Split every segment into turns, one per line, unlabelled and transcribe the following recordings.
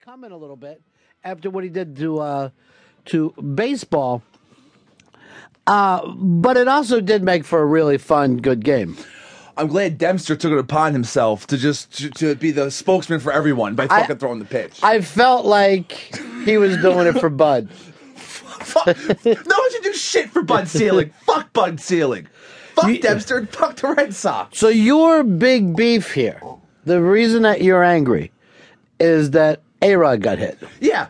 coming a little bit after what he did to uh, to baseball. Uh, but it also did make for a really fun, good game.
I'm glad Dempster took it upon himself to just to, to be the spokesman for everyone by fucking throwing the pitch.
I felt like he was doing it for Bud.
Fuck. no one should do shit for Bud Selig. Fuck Bud Selig. Fuck Dempster. and Fuck the Red Sox.
So your big beef here, the reason that you're angry, is that A Rod got hit.
Yeah,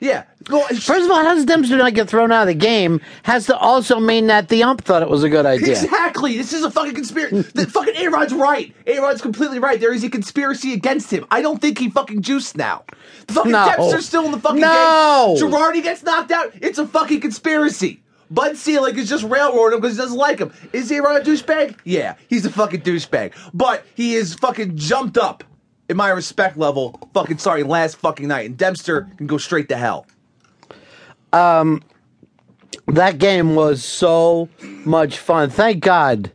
yeah. Well, it's-
First of all, how does Dempster not get thrown out of the game? Has to also mean that the ump thought it was a good idea.
Exactly. This is a fucking conspiracy. the fucking A Rod's right. A Rod's completely right. There is a conspiracy against him. I don't think he fucking juiced now. The fucking
No.
Dempster's still in the fucking
No.
game. Girardi gets knocked out. It's a fucking conspiracy. Bud Selig is just railroading him because he doesn't like him. Is A Rod a douchebag? Yeah, he's a fucking douchebag. But he is fucking jumped up in my respect level. Fucking sorry, last fucking night. And Dempster can go straight to hell.
that game was so much fun. Thank God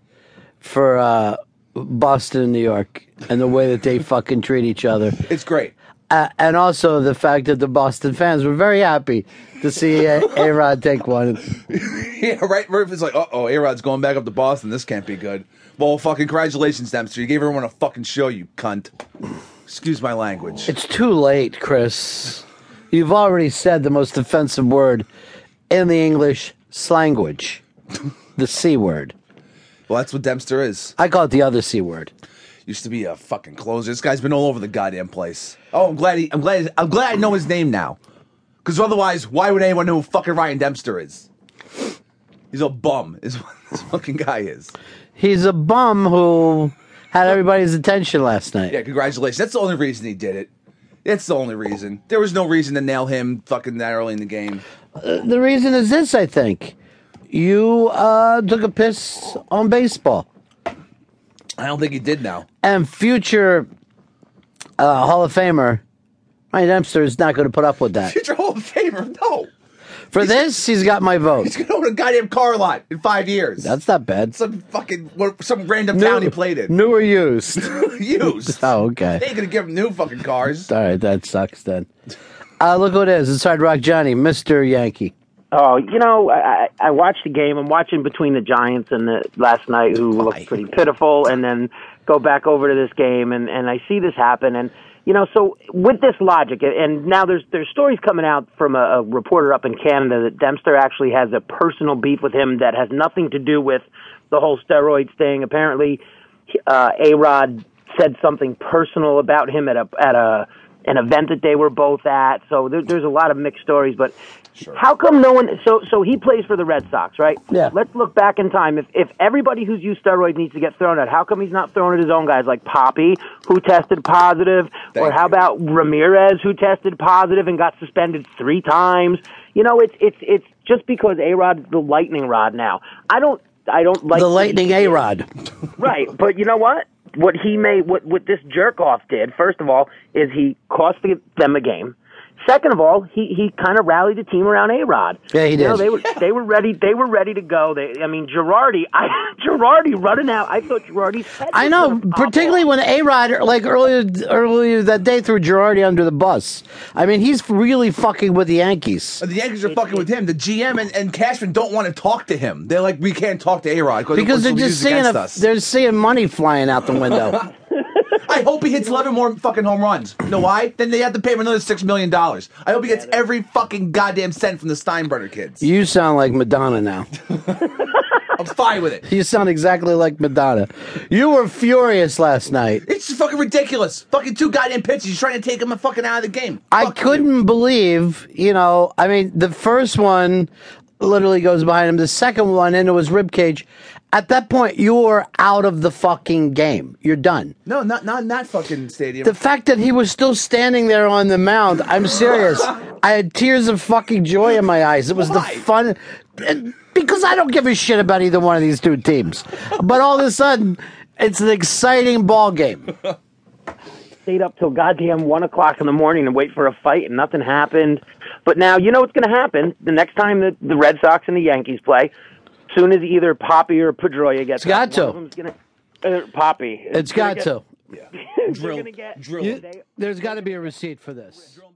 for uh, Boston and New York and the way that they fucking treat each other.
It's great.
Uh, and also the fact that the Boston fans were very happy to see uh, A Rod take one.
Yeah, right. Murph is like, uh oh, A Rod's going back up to Boston. This can't be good. Well, fucking congratulations, Dempster. You gave everyone a fucking show, you cunt. Excuse my language.
It's too late, Chris. You've already said the most offensive word in the English language the C word.
Well, that's what Dempster is.
I call it the other C word.
Used to be a fucking closer. This guy's been all over the goddamn place. Oh, I'm glad. He, I'm glad. I'm glad I know his name now. Because otherwise, why would anyone know who fucking Ryan Dempster is? He's a bum. Is what this fucking guy is.
He's a bum who had everybody's attention last night.
Yeah, congratulations. That's the only reason he did it. That's the only reason. There was no reason to nail him fucking that early in the game.
The reason is this, I think. You uh, took a piss on baseball.
I don't think he did now.
And future uh, Hall of Famer, Ryan Dempster is not going to put up with that.
future Hall of Famer. No,
For this, he's got my vote.
he's gonna own a goddamn car lot in five years.
That's not bad.
some fucking what, some random town he played in.
New or used.
Used.
Oh, okay.
They ain't gonna give him new fucking cars.
All right, that sucks then. Uh, look who it is. It's Hard Rock Johnny, Mr. Yankee.
Oh, you know, I, I I watched the game. I'm watching between the Giants and the last night, who looked pretty pitiful, and then go back over to this game, and and I see this happen, and you know, so with this logic, and- and now there's there's stories coming out from a, a reporter up in Canada that Dempster actually has a personal beef with him that has nothing to do with the whole steroids thing. Apparently, uh, A Rod said something personal about him at a at a an event that they were both at. So there, there's a lot of mixed stories, but how come no one? So so he plays for the Red Sox, right?
Yeah.
Let's look back in time. If if everybody who's used steroids needs to get thrown at, how come he's not thrown at his own guys like Poppy, who tested positive, or
Thank
how
you.
about Ramirez, who tested positive and got suspended three times? You know, it's it's it's just because A Rod's the lightning rod now. I don't. I don't like
The
that
Lightning
he-
A Rod.
Right, but you know what? What he made, what what this jerk off did, first of all, is he cost the- them a game. Second of all, he he kind of rallied the team around A Rod.
Yeah, he
You know,
did.
they were they were ready. They were ready to go. They, I mean, Girardi, I, Girardi running out. I thought Girardi's head.
I
was
know,
gonna pop
particularly
off.
when A Rod, like earlier earlier that day, threw Girardi under the bus. I mean, he's really fucking with the Yankees.
The Yankees are fucking with him. The GM and, and Cashman don't want to talk to him. They're like, we can't talk to A Rod
Because they're just seeing a,
us.
they're seeing money flying out the window.
I hope he hits eleven more fucking home runs. You know why? Then they have to pay him another six million dollars. I hope he gets every fucking goddamn cent from the Steinbrenner kids.
you sound like Madonna now.
I'm fine with it.
You sound exactly like Madonna. You were furious last night.
It's just fucking ridiculous. Fucking two goddamn pitches. He's trying to take him fucking out of the game.
I
Fuck you.
couldn't believe, you know, I mean, the first one literally goes behind him, the second one into his ribcage. At that point, you're out of the fucking game. You're done.
No, not not in that fucking stadium.
The fact that he was still standing there on the mound, I'm serious. I had tears of fucking joy in my eyes. It was
Why?
the fun. and- Because I don't give a shit about either one of these two teams. But all of a sudden, it's an exciting ball game.
stayed up till goddamn one o'clock in the morning to wait for a fight, and nothing happened. But now you know what's going to happen the next time that the Red Sox and the Yankees play. Soon as either Poppy or Pedroia gets
It's got
up, one
to.
of them's gonna- uh, Poppy.
It's got
gonna
to.
get- They're
Drill.
gonna get.
Drill.
they-
There's got to be a receipt for this.